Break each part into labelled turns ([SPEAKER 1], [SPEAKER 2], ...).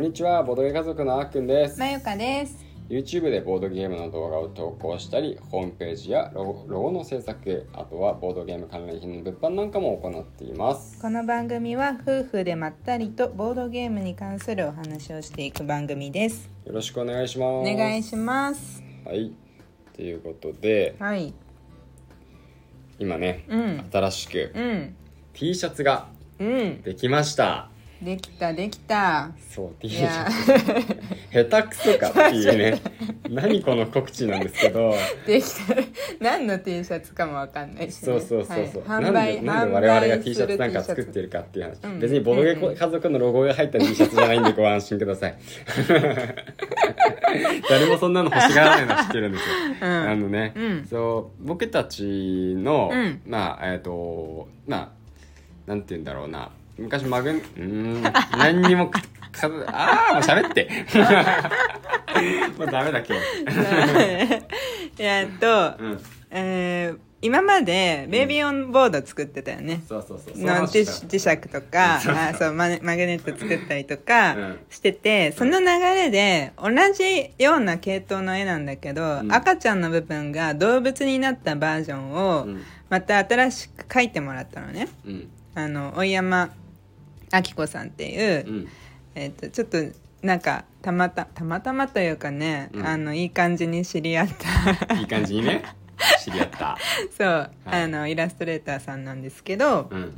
[SPEAKER 1] にちはボードゲーム家族のあっくんです
[SPEAKER 2] まゆかです。
[SPEAKER 1] YouTube でボードゲームの動画を投稿したりホームページやロゴロゴの制作あとはボードゲーム関連品の物販なんかも行っています
[SPEAKER 2] この番組は夫婦でまったりとボードゲームに関するお話をしていく番組です。
[SPEAKER 1] よろしくお願いします
[SPEAKER 2] お願いします。
[SPEAKER 1] はいということで
[SPEAKER 2] はい。
[SPEAKER 1] 今ね、
[SPEAKER 2] うん。
[SPEAKER 1] 新しく
[SPEAKER 2] うん。
[SPEAKER 1] T シャツが
[SPEAKER 2] うん。
[SPEAKER 1] できました
[SPEAKER 2] できたできた。
[SPEAKER 1] そう T
[SPEAKER 2] い
[SPEAKER 1] シャ
[SPEAKER 2] や
[SPEAKER 1] ツ、下手くそかっていうね何この告知なんですけど
[SPEAKER 2] できた。何の T シャツかもわかんないし、ね。
[SPEAKER 1] そうそうそうそう、
[SPEAKER 2] はい
[SPEAKER 1] なんでなんで
[SPEAKER 2] 販売
[SPEAKER 1] 我々
[SPEAKER 2] 販
[SPEAKER 1] が
[SPEAKER 2] 売
[SPEAKER 1] T シャツなんか
[SPEAKER 2] す
[SPEAKER 1] 作
[SPEAKER 2] る
[SPEAKER 1] っ
[SPEAKER 2] T
[SPEAKER 1] てるかっていう話、
[SPEAKER 2] うん
[SPEAKER 1] 別にボドゲ
[SPEAKER 2] うんうん
[SPEAKER 1] 家族のロゴが入った T シャツじゃないんでご安心くだ さい誰もそんなの欲しがらないのは知ってるんですよ、
[SPEAKER 2] シャツ
[SPEAKER 1] あ
[SPEAKER 2] うん。
[SPEAKER 1] のね、
[SPEAKER 2] うん
[SPEAKER 1] そう僕たちの、
[SPEAKER 2] うん
[SPEAKER 1] まあえっ、とまあなんて言うんだろうな昔マグうーん何にもかかああもう喋って もうダメだ今日
[SPEAKER 2] えっと、
[SPEAKER 1] うん
[SPEAKER 2] えー、今までベイビーオンボード作ってたよね。
[SPEAKER 1] そうそうそうその
[SPEAKER 2] の
[SPEAKER 1] 話
[SPEAKER 2] 磁
[SPEAKER 1] した
[SPEAKER 2] 磁石とかあそうマネマグネット作ったりとか
[SPEAKER 1] うん
[SPEAKER 2] してて、その流れで同じような系統の絵なんだけど、
[SPEAKER 1] ん
[SPEAKER 2] 赤ちゃんの部分が動物になったバージョンを
[SPEAKER 1] うん
[SPEAKER 2] また新しく描いてもらったのね
[SPEAKER 1] うん
[SPEAKER 2] あの追山明子さんっていう、
[SPEAKER 1] うん
[SPEAKER 2] えっとちょっとなんかたまたたまたまというかね、
[SPEAKER 1] うん
[SPEAKER 2] あのいい感じに知り合った
[SPEAKER 1] いい感じにね知り合った
[SPEAKER 2] そう、
[SPEAKER 1] はい
[SPEAKER 2] あのイラストレーターさんなんですけど、
[SPEAKER 1] うん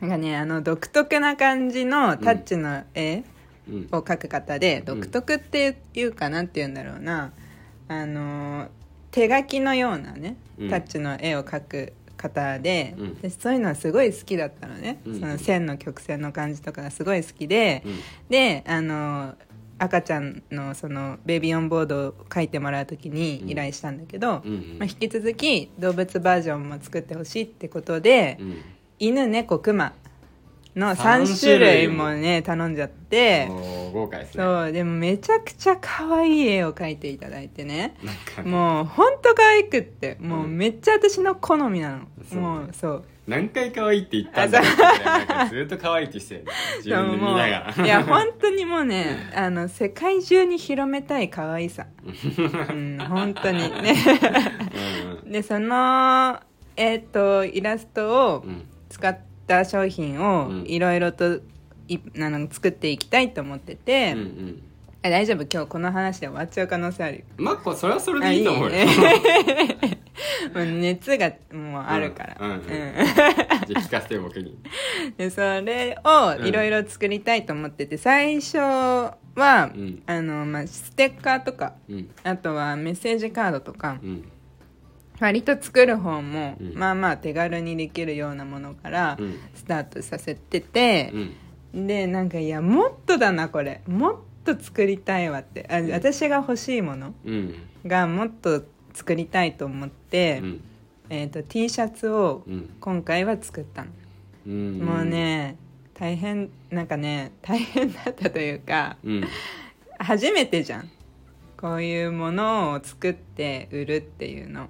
[SPEAKER 2] なんかねあの独特な感じのタッチの絵
[SPEAKER 1] うん
[SPEAKER 2] を描く方で、
[SPEAKER 1] ん
[SPEAKER 2] 独特っていうかなんて言うんだろうなあのー手書きのようなね
[SPEAKER 1] うん
[SPEAKER 2] タッチの絵を描く方で,、
[SPEAKER 1] うん
[SPEAKER 2] でそういうのはすごい好きだったのね、
[SPEAKER 1] うん
[SPEAKER 2] その線の曲線の感じとかがすごい好きで、
[SPEAKER 1] うん
[SPEAKER 2] であのー赤ちゃんのそのベビーオンボードを描いてもらう時に依頼したんだけど、
[SPEAKER 1] うんうん
[SPEAKER 2] まあ、引き続き動物バージョンも作ってほしいってことで。
[SPEAKER 1] うん
[SPEAKER 2] 犬猫熊の
[SPEAKER 1] 三
[SPEAKER 2] 3種類もね頼んじゃって
[SPEAKER 1] おー豪華ですね
[SPEAKER 2] そうでもめちゃくちゃ可愛い絵を描いていただいてね
[SPEAKER 1] なんかね
[SPEAKER 2] もうほんと可愛くってもううんめっちゃ私の好みなの、
[SPEAKER 1] そう
[SPEAKER 2] もうそう
[SPEAKER 1] 何回可愛いって言ったんだろうってなんかずっと可愛いってしてる自分で見なが
[SPEAKER 2] そうも
[SPEAKER 1] ら
[SPEAKER 2] ういや本当にもうねあの世界中に広めたい可愛 さうん本当にね
[SPEAKER 1] うん
[SPEAKER 2] でそのえっ、とイラストを、
[SPEAKER 1] うんうん
[SPEAKER 2] 使った商品を
[SPEAKER 1] うん
[SPEAKER 2] いろいろといあの作っていきたいと思ってて、
[SPEAKER 1] うんうん
[SPEAKER 2] あ大丈夫今日この話で終わっちゃう可能性あるよ
[SPEAKER 1] まあこうそれはそれ
[SPEAKER 2] あ
[SPEAKER 1] でいいと思うよ
[SPEAKER 2] ね もう熱がもうあるから、
[SPEAKER 1] うんうんじゃあ聞かせてよ僕に
[SPEAKER 2] でそれをいろいろ作りたいと思ってて最初は、
[SPEAKER 1] ん
[SPEAKER 2] あのまあ、ステッカーとか
[SPEAKER 1] うん
[SPEAKER 2] あとはメッセージカードとか
[SPEAKER 1] うん
[SPEAKER 2] 割と作る方も、
[SPEAKER 1] うん
[SPEAKER 2] まあまあ手軽にできるようなものから
[SPEAKER 1] うん
[SPEAKER 2] スタートさせてて、
[SPEAKER 1] うん
[SPEAKER 2] でなんかいやもっとだなこれもっと作りたいわってあ私が欲しいもの
[SPEAKER 1] うん
[SPEAKER 2] がもっと作りたいと思って、
[SPEAKER 1] うん
[SPEAKER 2] えー、と T シャツを
[SPEAKER 1] うん
[SPEAKER 2] 今回は作ったの、
[SPEAKER 1] うん
[SPEAKER 2] もうね大変なんかね大変だったというか
[SPEAKER 1] うん
[SPEAKER 2] 初めてじゃんこういうものを作って売るっていうの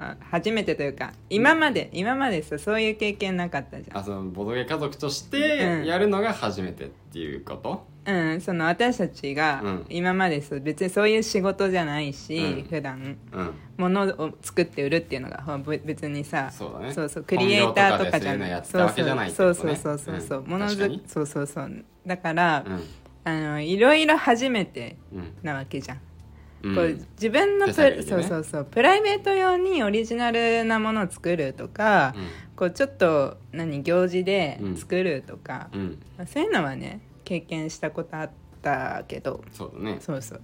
[SPEAKER 2] あ初めてというか今まで今までさそういう経験なかったじゃん
[SPEAKER 1] あそのボドゲ家族とし
[SPEAKER 2] う
[SPEAKER 1] て
[SPEAKER 2] ん
[SPEAKER 1] やるのが初めてっていうこと
[SPEAKER 2] うん、その私たち
[SPEAKER 1] う
[SPEAKER 2] が
[SPEAKER 1] ん
[SPEAKER 2] 今までそう別にそういう仕事じゃないし、
[SPEAKER 1] うん
[SPEAKER 2] 普段
[SPEAKER 1] うん
[SPEAKER 2] 物を作って売るっていうのがほぶ別にさ
[SPEAKER 1] そうだね
[SPEAKER 2] そうそうクリエイターとかじ
[SPEAKER 1] 本業とかでそういう
[SPEAKER 2] ゃ
[SPEAKER 1] のやっ
[SPEAKER 2] ない
[SPEAKER 1] てたわけじゃないって
[SPEAKER 2] そ
[SPEAKER 1] こ
[SPEAKER 2] う
[SPEAKER 1] と
[SPEAKER 2] そ
[SPEAKER 1] ね
[SPEAKER 2] うそうそうそう
[SPEAKER 1] うん
[SPEAKER 2] もの
[SPEAKER 1] 確かに
[SPEAKER 2] づそうそうそうだから、
[SPEAKER 1] うん
[SPEAKER 2] あのいろいろ初めて
[SPEAKER 1] うん
[SPEAKER 2] なわけじゃん、
[SPEAKER 1] うん
[SPEAKER 2] こう自分の
[SPEAKER 1] 手
[SPEAKER 2] プ、
[SPEAKER 1] 探りで
[SPEAKER 2] そ
[SPEAKER 1] ね
[SPEAKER 2] うそうそうプライベート用にオリジナルなものを作るとか、こうちょっと何行事で作るとか、
[SPEAKER 1] うんうん
[SPEAKER 2] まあそういうのはね経験したことあったけど
[SPEAKER 1] そうだね
[SPEAKER 2] そうそう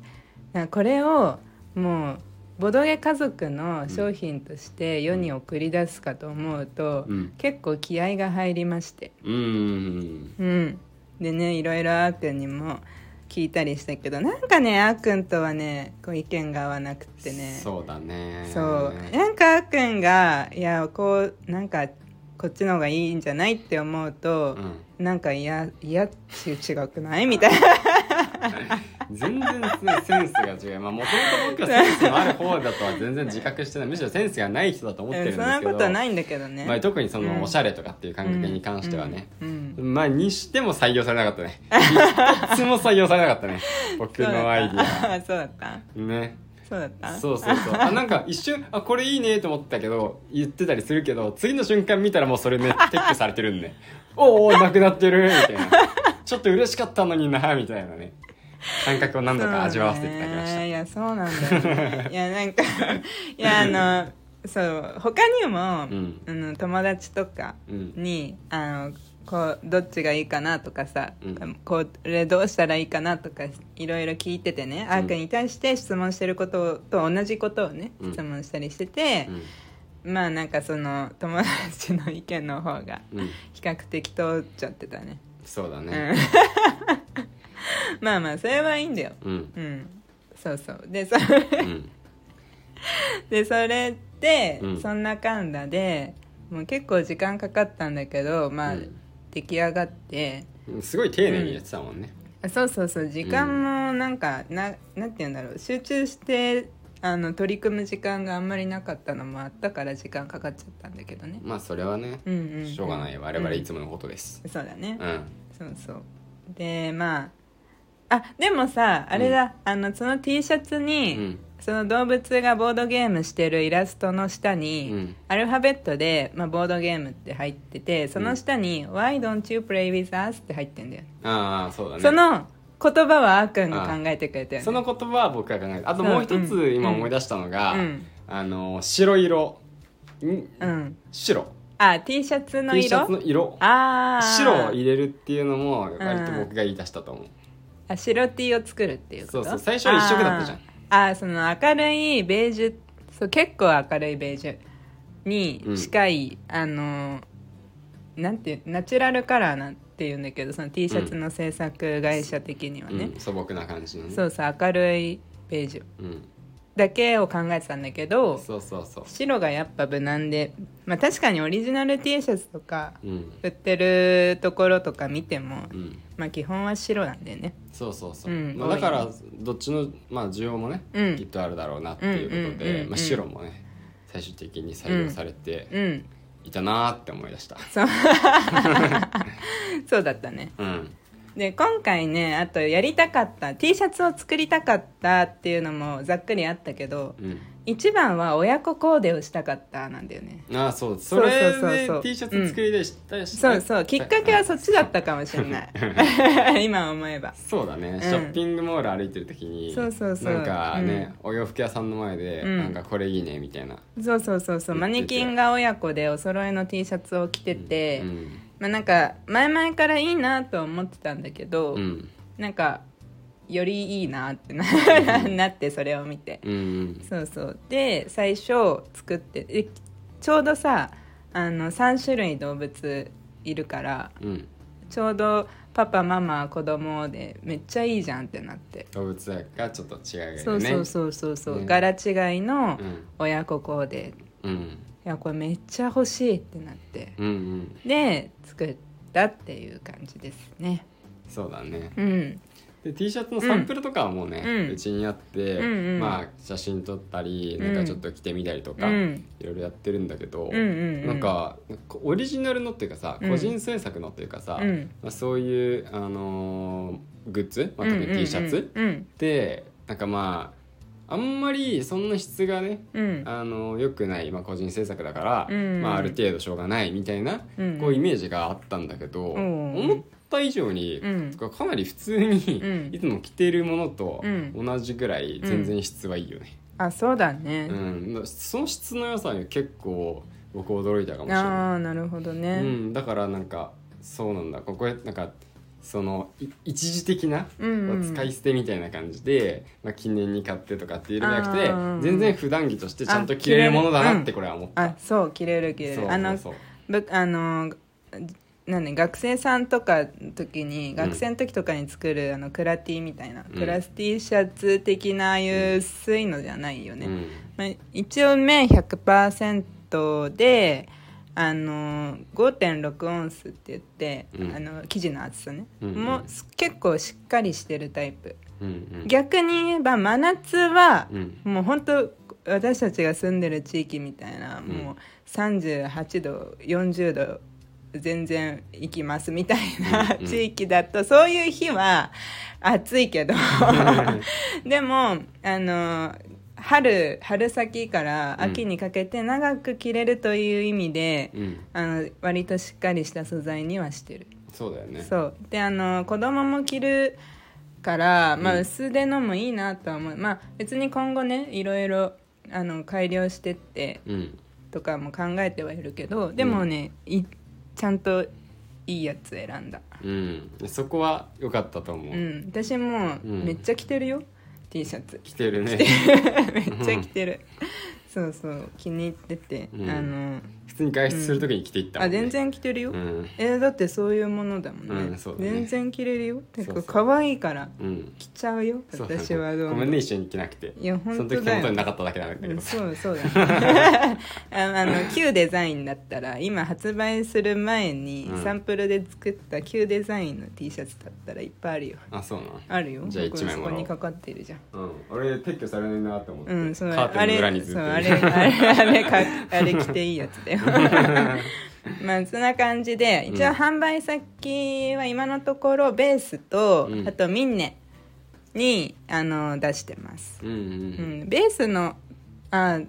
[SPEAKER 2] なんかこれをもうボドゲ家族の商品として世に送り出すかと思うと、
[SPEAKER 1] うん
[SPEAKER 2] 結構気合が入りまして
[SPEAKER 1] うん
[SPEAKER 2] うんでねいろいろあーくんにも聞いたりしたけどなんかねあーくんとはねこう意見が合わなくってね
[SPEAKER 1] そうだね
[SPEAKER 2] そうなんかあーくんがいやこうなんかこっちの方がいいんじゃないって思うと、
[SPEAKER 1] うん
[SPEAKER 2] なんかいやいや違うくないみたいな
[SPEAKER 1] 全然センスが違うまあもともと僕はセンスのある方だとは全然自覚してないむしろセンスがない人だと思ってるんです
[SPEAKER 2] そ
[SPEAKER 1] け
[SPEAKER 2] ん
[SPEAKER 1] ど
[SPEAKER 2] なことはないんだけどね、
[SPEAKER 1] まあ、特にそ
[SPEAKER 2] うん
[SPEAKER 1] のおしゃれとかっていう感覚に関してはね、
[SPEAKER 2] うんうん
[SPEAKER 1] まあにしても採用されなかったね 一つも採用されなかったね僕のアイディ
[SPEAKER 2] ア そうだった
[SPEAKER 1] アね
[SPEAKER 2] そうだった
[SPEAKER 1] そうそうそうあなんか一瞬あこれいいねと思ったけど言ってたりするけど次の瞬間見たらもうそれ ね撤去されてるんでおーおーなくなってるみたいなちょっと嬉しかったのになみたいなね感覚を何度か味わわせていただきまし
[SPEAKER 2] そう
[SPEAKER 1] た、
[SPEAKER 2] ねいやそうなんだよねいやなんかいやあのそう他にも、
[SPEAKER 1] うん
[SPEAKER 2] あの友達とか
[SPEAKER 1] うん
[SPEAKER 2] に、あのこうどっちがいいかなとかさ、
[SPEAKER 1] うん
[SPEAKER 2] これどうしたらいいかなとかいろいろ聞いててね、あーくんに対して質問してることと同じことをね、
[SPEAKER 1] うん
[SPEAKER 2] 質問したりしてて、まあなんかその友達の意見の方が
[SPEAKER 1] うん、うん、
[SPEAKER 2] 比較的通っちゃってたね、
[SPEAKER 1] そうだ
[SPEAKER 2] う
[SPEAKER 1] ね
[SPEAKER 2] ん、 まあまあそれはいいんだよ
[SPEAKER 1] うん
[SPEAKER 2] うんそうそうでそ
[SPEAKER 1] うん
[SPEAKER 2] でそれで、
[SPEAKER 1] うん
[SPEAKER 2] そんなかんだでもう結構時間かかったんだけどまあ、
[SPEAKER 1] うん
[SPEAKER 2] 出来上がって
[SPEAKER 1] うんすごい丁寧にやってたもんね、
[SPEAKER 2] あそうそうそう時間もなんか、ななんて言うんだろう集中してあの取り組む時間があんまりなかったのもあったから時間かかっちゃったんだけどね、
[SPEAKER 1] まあそれはね、
[SPEAKER 2] うんうんうん
[SPEAKER 1] しょうがない我々いつものことです
[SPEAKER 2] そうだね、
[SPEAKER 1] うん
[SPEAKER 2] そうそうでまああでもさあれだ、あのその T シャツ
[SPEAKER 1] う
[SPEAKER 2] に、
[SPEAKER 1] ん
[SPEAKER 2] その動物がボードゲームしてるイラストの下
[SPEAKER 1] う
[SPEAKER 2] に、
[SPEAKER 1] ん
[SPEAKER 2] アルファベットで、まあ、ボードゲームって入っててその下に「Why don't you play with us?」って入ってんだよ、ね、
[SPEAKER 1] ああそうだね
[SPEAKER 2] その言葉はあーくんが考えてくれたよね
[SPEAKER 1] その言葉は僕が考えたあともう一
[SPEAKER 2] うんう
[SPEAKER 1] つ
[SPEAKER 2] ん
[SPEAKER 1] 今思い出したのが、
[SPEAKER 2] うん
[SPEAKER 1] あの白色ん
[SPEAKER 2] うん
[SPEAKER 1] 白
[SPEAKER 2] あ T シャツの
[SPEAKER 1] T シャ
[SPEAKER 2] 色
[SPEAKER 1] ツの色
[SPEAKER 2] ああ
[SPEAKER 1] 白を入れるっていうのも割と僕が言い出したと思う、
[SPEAKER 2] あ白 T を作るっていうこと
[SPEAKER 1] そうそう最初は一色だったじゃん
[SPEAKER 2] あーあーその明るいベージュそう結構明るいベージュに近い、あのーなんていうナチュラルカラーなんて言うんだけどその T シャツの制作会社的にはね、
[SPEAKER 1] うん素朴な感じのね
[SPEAKER 2] そうそう明るいベージュ
[SPEAKER 1] うん
[SPEAKER 2] だけを考えてたんだけど
[SPEAKER 1] そうそうそう
[SPEAKER 2] 白がやっぱ無難で、まあ、確かにオリジナル T シャツとか
[SPEAKER 1] うん
[SPEAKER 2] 売ってるところとか見ても、
[SPEAKER 1] うん
[SPEAKER 2] まあ、基本は白なんだよね
[SPEAKER 1] そうそうそう、
[SPEAKER 2] うん
[SPEAKER 1] まあ、
[SPEAKER 2] 多い
[SPEAKER 1] だか
[SPEAKER 2] ね
[SPEAKER 1] らどっちの、まあ、需要もね、
[SPEAKER 2] うん
[SPEAKER 1] きっとあるだろうなっていうことで、
[SPEAKER 2] うんうんうんうん
[SPEAKER 1] まあ、白もね最終的に採用されて
[SPEAKER 2] うん
[SPEAKER 1] いたなーって思い出した
[SPEAKER 2] そうだったね
[SPEAKER 1] うん
[SPEAKER 2] で今回ねあとやりたかった T シャツを作りたかったっていうのもざっくりあったけど
[SPEAKER 1] うん
[SPEAKER 2] 一番は親子コーデをしたかったなんだよね
[SPEAKER 1] ああそう
[SPEAKER 2] そ
[SPEAKER 1] そうれ
[SPEAKER 2] そうそうそう
[SPEAKER 1] で T シャツ作りでしたりして
[SPEAKER 2] そうそうきっかけはそっちだったかもしれない 今思えば
[SPEAKER 1] そうだね、
[SPEAKER 2] ん
[SPEAKER 1] ショッピングモール歩いてる時に
[SPEAKER 2] そうそうそう
[SPEAKER 1] なんかね、お洋服屋さんの前で、
[SPEAKER 2] うん
[SPEAKER 1] なんかこれいいねみたいな
[SPEAKER 2] そうそうそうそうマネキンが親子でお揃いの T シャツを着てて、
[SPEAKER 1] うん
[SPEAKER 2] まあなんか前々からいいなと思ってたんだけど、
[SPEAKER 1] うん
[SPEAKER 2] なんかよりいいなってななってそれを見て、
[SPEAKER 1] うん
[SPEAKER 2] そうそうで最初作ってえちょうどさあの3種類動物いるから
[SPEAKER 1] うん
[SPEAKER 2] ちょうどパパママ子供でめっちゃいいじゃんってなって、
[SPEAKER 1] 動物園がちょっと違うよね
[SPEAKER 2] そうそうそうそうそう、
[SPEAKER 1] ね
[SPEAKER 2] 柄違いの
[SPEAKER 1] うん
[SPEAKER 2] 親子コーデ
[SPEAKER 1] うん
[SPEAKER 2] いやこれめっちゃ欲しいってなって
[SPEAKER 1] うんうん
[SPEAKER 2] で作ったっていう感じですね
[SPEAKER 1] そうだね
[SPEAKER 2] うん
[SPEAKER 1] で T シャツのサンプルとかはもうね
[SPEAKER 2] うん
[SPEAKER 1] うち、にあって、
[SPEAKER 2] うんうん
[SPEAKER 1] まあ写真撮ったり
[SPEAKER 2] う
[SPEAKER 1] なんんかちょっと着てみたりと
[SPEAKER 2] う
[SPEAKER 1] か、
[SPEAKER 2] ん
[SPEAKER 1] いろいろやってるんだけど、
[SPEAKER 2] うんうんうん
[SPEAKER 1] なんかこオリジナルのっていうかさ、
[SPEAKER 2] うん
[SPEAKER 1] 個人制作のっていうかさ、
[SPEAKER 2] うん
[SPEAKER 1] まあ、そういう、あのーグッズ、まあ、特に
[SPEAKER 2] うんうんうん
[SPEAKER 1] T シャツ、
[SPEAKER 2] うん
[SPEAKER 1] でなんかまああんまりそんな質がね、
[SPEAKER 2] うん
[SPEAKER 1] あの良くない、まあ、個人制作だから、
[SPEAKER 2] うん
[SPEAKER 1] まあ、ある程度しょうがないみたいな、
[SPEAKER 2] うん
[SPEAKER 1] こうイメージがあったんだけど、
[SPEAKER 2] うん
[SPEAKER 1] 思った以上に、
[SPEAKER 2] うん
[SPEAKER 1] かなり普通に、
[SPEAKER 2] うん
[SPEAKER 1] いつも着ているものと
[SPEAKER 2] うん
[SPEAKER 1] 同じぐらい全然質はいいよね。
[SPEAKER 2] あそうだ
[SPEAKER 1] う
[SPEAKER 2] ね、
[SPEAKER 1] ん、その質の良さに結構僕驚いたかもしれな
[SPEAKER 2] ああなるほど
[SPEAKER 1] い、
[SPEAKER 2] ね、
[SPEAKER 1] うん、だからなんかそうなんだここへなんかそのい一時的な、
[SPEAKER 2] うんうん
[SPEAKER 1] 使い捨てみたいな感じで、まあ、記念に買ってとかっていうのじゃな
[SPEAKER 2] あー
[SPEAKER 1] くて全然普段着としてちゃんと着れるものだなってこれは思った、
[SPEAKER 2] あそう着れる着れ
[SPEAKER 1] そう
[SPEAKER 2] るあの
[SPEAKER 1] そう
[SPEAKER 2] ぶあのなんね、学生さんとかの時に学生の時とかに作る、あのクラティみたいな、
[SPEAKER 1] ん
[SPEAKER 2] クラス T シャツ的なああいう薄いのじゃないよね、
[SPEAKER 1] そう、うん
[SPEAKER 2] まあ、一応綿100%であの5.6オンスって言って、
[SPEAKER 1] うん
[SPEAKER 2] あの生地の厚さね、
[SPEAKER 1] うんうん
[SPEAKER 2] もうす結構しっかりしてるタイプ
[SPEAKER 1] ううん
[SPEAKER 2] 逆に言えば真夏は
[SPEAKER 1] う、ん
[SPEAKER 2] もう本当私たちが住んでる地域みたいな、
[SPEAKER 1] ん
[SPEAKER 2] もう38度40度全然行きますみたいな、
[SPEAKER 1] うんうん
[SPEAKER 2] 地域だとそういう日は暑いけど でもあの春春先から秋にかけて長く着れるという意味で、
[SPEAKER 1] うん
[SPEAKER 2] あの割としっかりした素材にはしてる。
[SPEAKER 1] そうだよね
[SPEAKER 2] そうであの子供も着るから、まあ、
[SPEAKER 1] うん
[SPEAKER 2] 薄手のもいいなとは思う、まあ別に今後ねいろいろあの改良してって
[SPEAKER 1] うん
[SPEAKER 2] とかも考えてはいるけどでもね、いちゃんといいやつ選んだ
[SPEAKER 1] うんそこは良かったと思
[SPEAKER 2] う
[SPEAKER 1] うん
[SPEAKER 2] 私もう
[SPEAKER 1] うん
[SPEAKER 2] めっちゃ着てるよ、T シャツ
[SPEAKER 1] 着てるね
[SPEAKER 2] めっちゃ着てるそうそう気に入ってて、
[SPEAKER 1] うん
[SPEAKER 2] あの
[SPEAKER 1] 普通に外出する時に着ていったも
[SPEAKER 2] あ
[SPEAKER 1] んね
[SPEAKER 2] 全然着てるよ、
[SPEAKER 1] うん
[SPEAKER 2] えーだってそういうものだもんね,、
[SPEAKER 1] うんそうだね
[SPEAKER 2] 全然着れるよて
[SPEAKER 1] そう
[SPEAKER 2] か
[SPEAKER 1] そう
[SPEAKER 2] 可愛いから
[SPEAKER 1] うん
[SPEAKER 2] 着ちゃうよ
[SPEAKER 1] そうだね
[SPEAKER 2] 私はどう
[SPEAKER 1] ご
[SPEAKER 2] も
[SPEAKER 1] めんね一緒に着なくて
[SPEAKER 2] いや本当だよ
[SPEAKER 1] その時手元になかっただけなんだけ
[SPEAKER 2] う
[SPEAKER 1] ど
[SPEAKER 2] ん、
[SPEAKER 1] さ
[SPEAKER 2] そうそうだ、 ね、ああの旧デザインだったら今発売する前に
[SPEAKER 1] うん
[SPEAKER 2] サンプルで作った旧デザインの T シャツだったらいっぱいあるよ
[SPEAKER 1] あそうなの
[SPEAKER 2] あるよ
[SPEAKER 1] じゃあ
[SPEAKER 2] 僕
[SPEAKER 1] 一枚もらおう
[SPEAKER 2] そこにかかってるじゃん
[SPEAKER 1] うん、俺撤去されないなと思って、
[SPEAKER 2] うん、そう
[SPEAKER 1] カー
[SPEAKER 2] あ
[SPEAKER 1] テンの
[SPEAKER 2] れ
[SPEAKER 1] 裏にずっ
[SPEAKER 2] そう
[SPEAKER 1] と
[SPEAKER 2] あ
[SPEAKER 1] い
[SPEAKER 2] れ
[SPEAKER 1] る
[SPEAKER 2] あれあれかあれ着ていいやつだよまあそんな感じで一応
[SPEAKER 1] うん
[SPEAKER 2] 販売先は今のところベースと、
[SPEAKER 1] うん
[SPEAKER 2] あとミンネにあの出してます
[SPEAKER 1] うんうん
[SPEAKER 2] うん、ベースのあ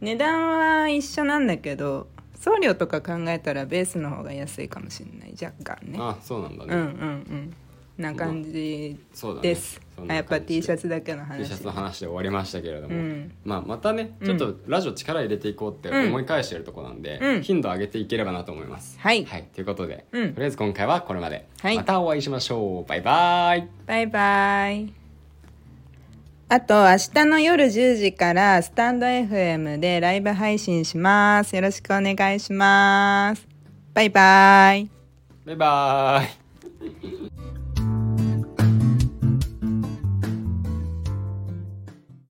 [SPEAKER 2] 値段は一緒なんだけど送料とか考えたらベースの方が安いかもしれない若干ね
[SPEAKER 1] あそうなんだ
[SPEAKER 2] う
[SPEAKER 1] ね、
[SPEAKER 2] んうんうんな感じ
[SPEAKER 1] そうだね
[SPEAKER 2] です、
[SPEAKER 1] そん
[SPEAKER 2] あ
[SPEAKER 1] な
[SPEAKER 2] やっぱ T シャ
[SPEAKER 1] ツ
[SPEAKER 2] ツだけの話
[SPEAKER 1] T シャツの話で終わりましたけれども、
[SPEAKER 2] うん
[SPEAKER 1] まあ、またねちょっとラジオ力入れていこうって
[SPEAKER 2] うん
[SPEAKER 1] 思い返してるとこなんで、
[SPEAKER 2] うん
[SPEAKER 1] 頻度上げていければなと思います、
[SPEAKER 2] はい
[SPEAKER 1] はい、ということで、
[SPEAKER 2] うん
[SPEAKER 1] とりあえず今回はこれまで、
[SPEAKER 2] はい
[SPEAKER 1] またお会いしましょうバイバイ
[SPEAKER 2] バイバイあと明日の夜10時からスタンド FM でライブ配信しますよろしくお願いしますバイバイ
[SPEAKER 1] バイバイ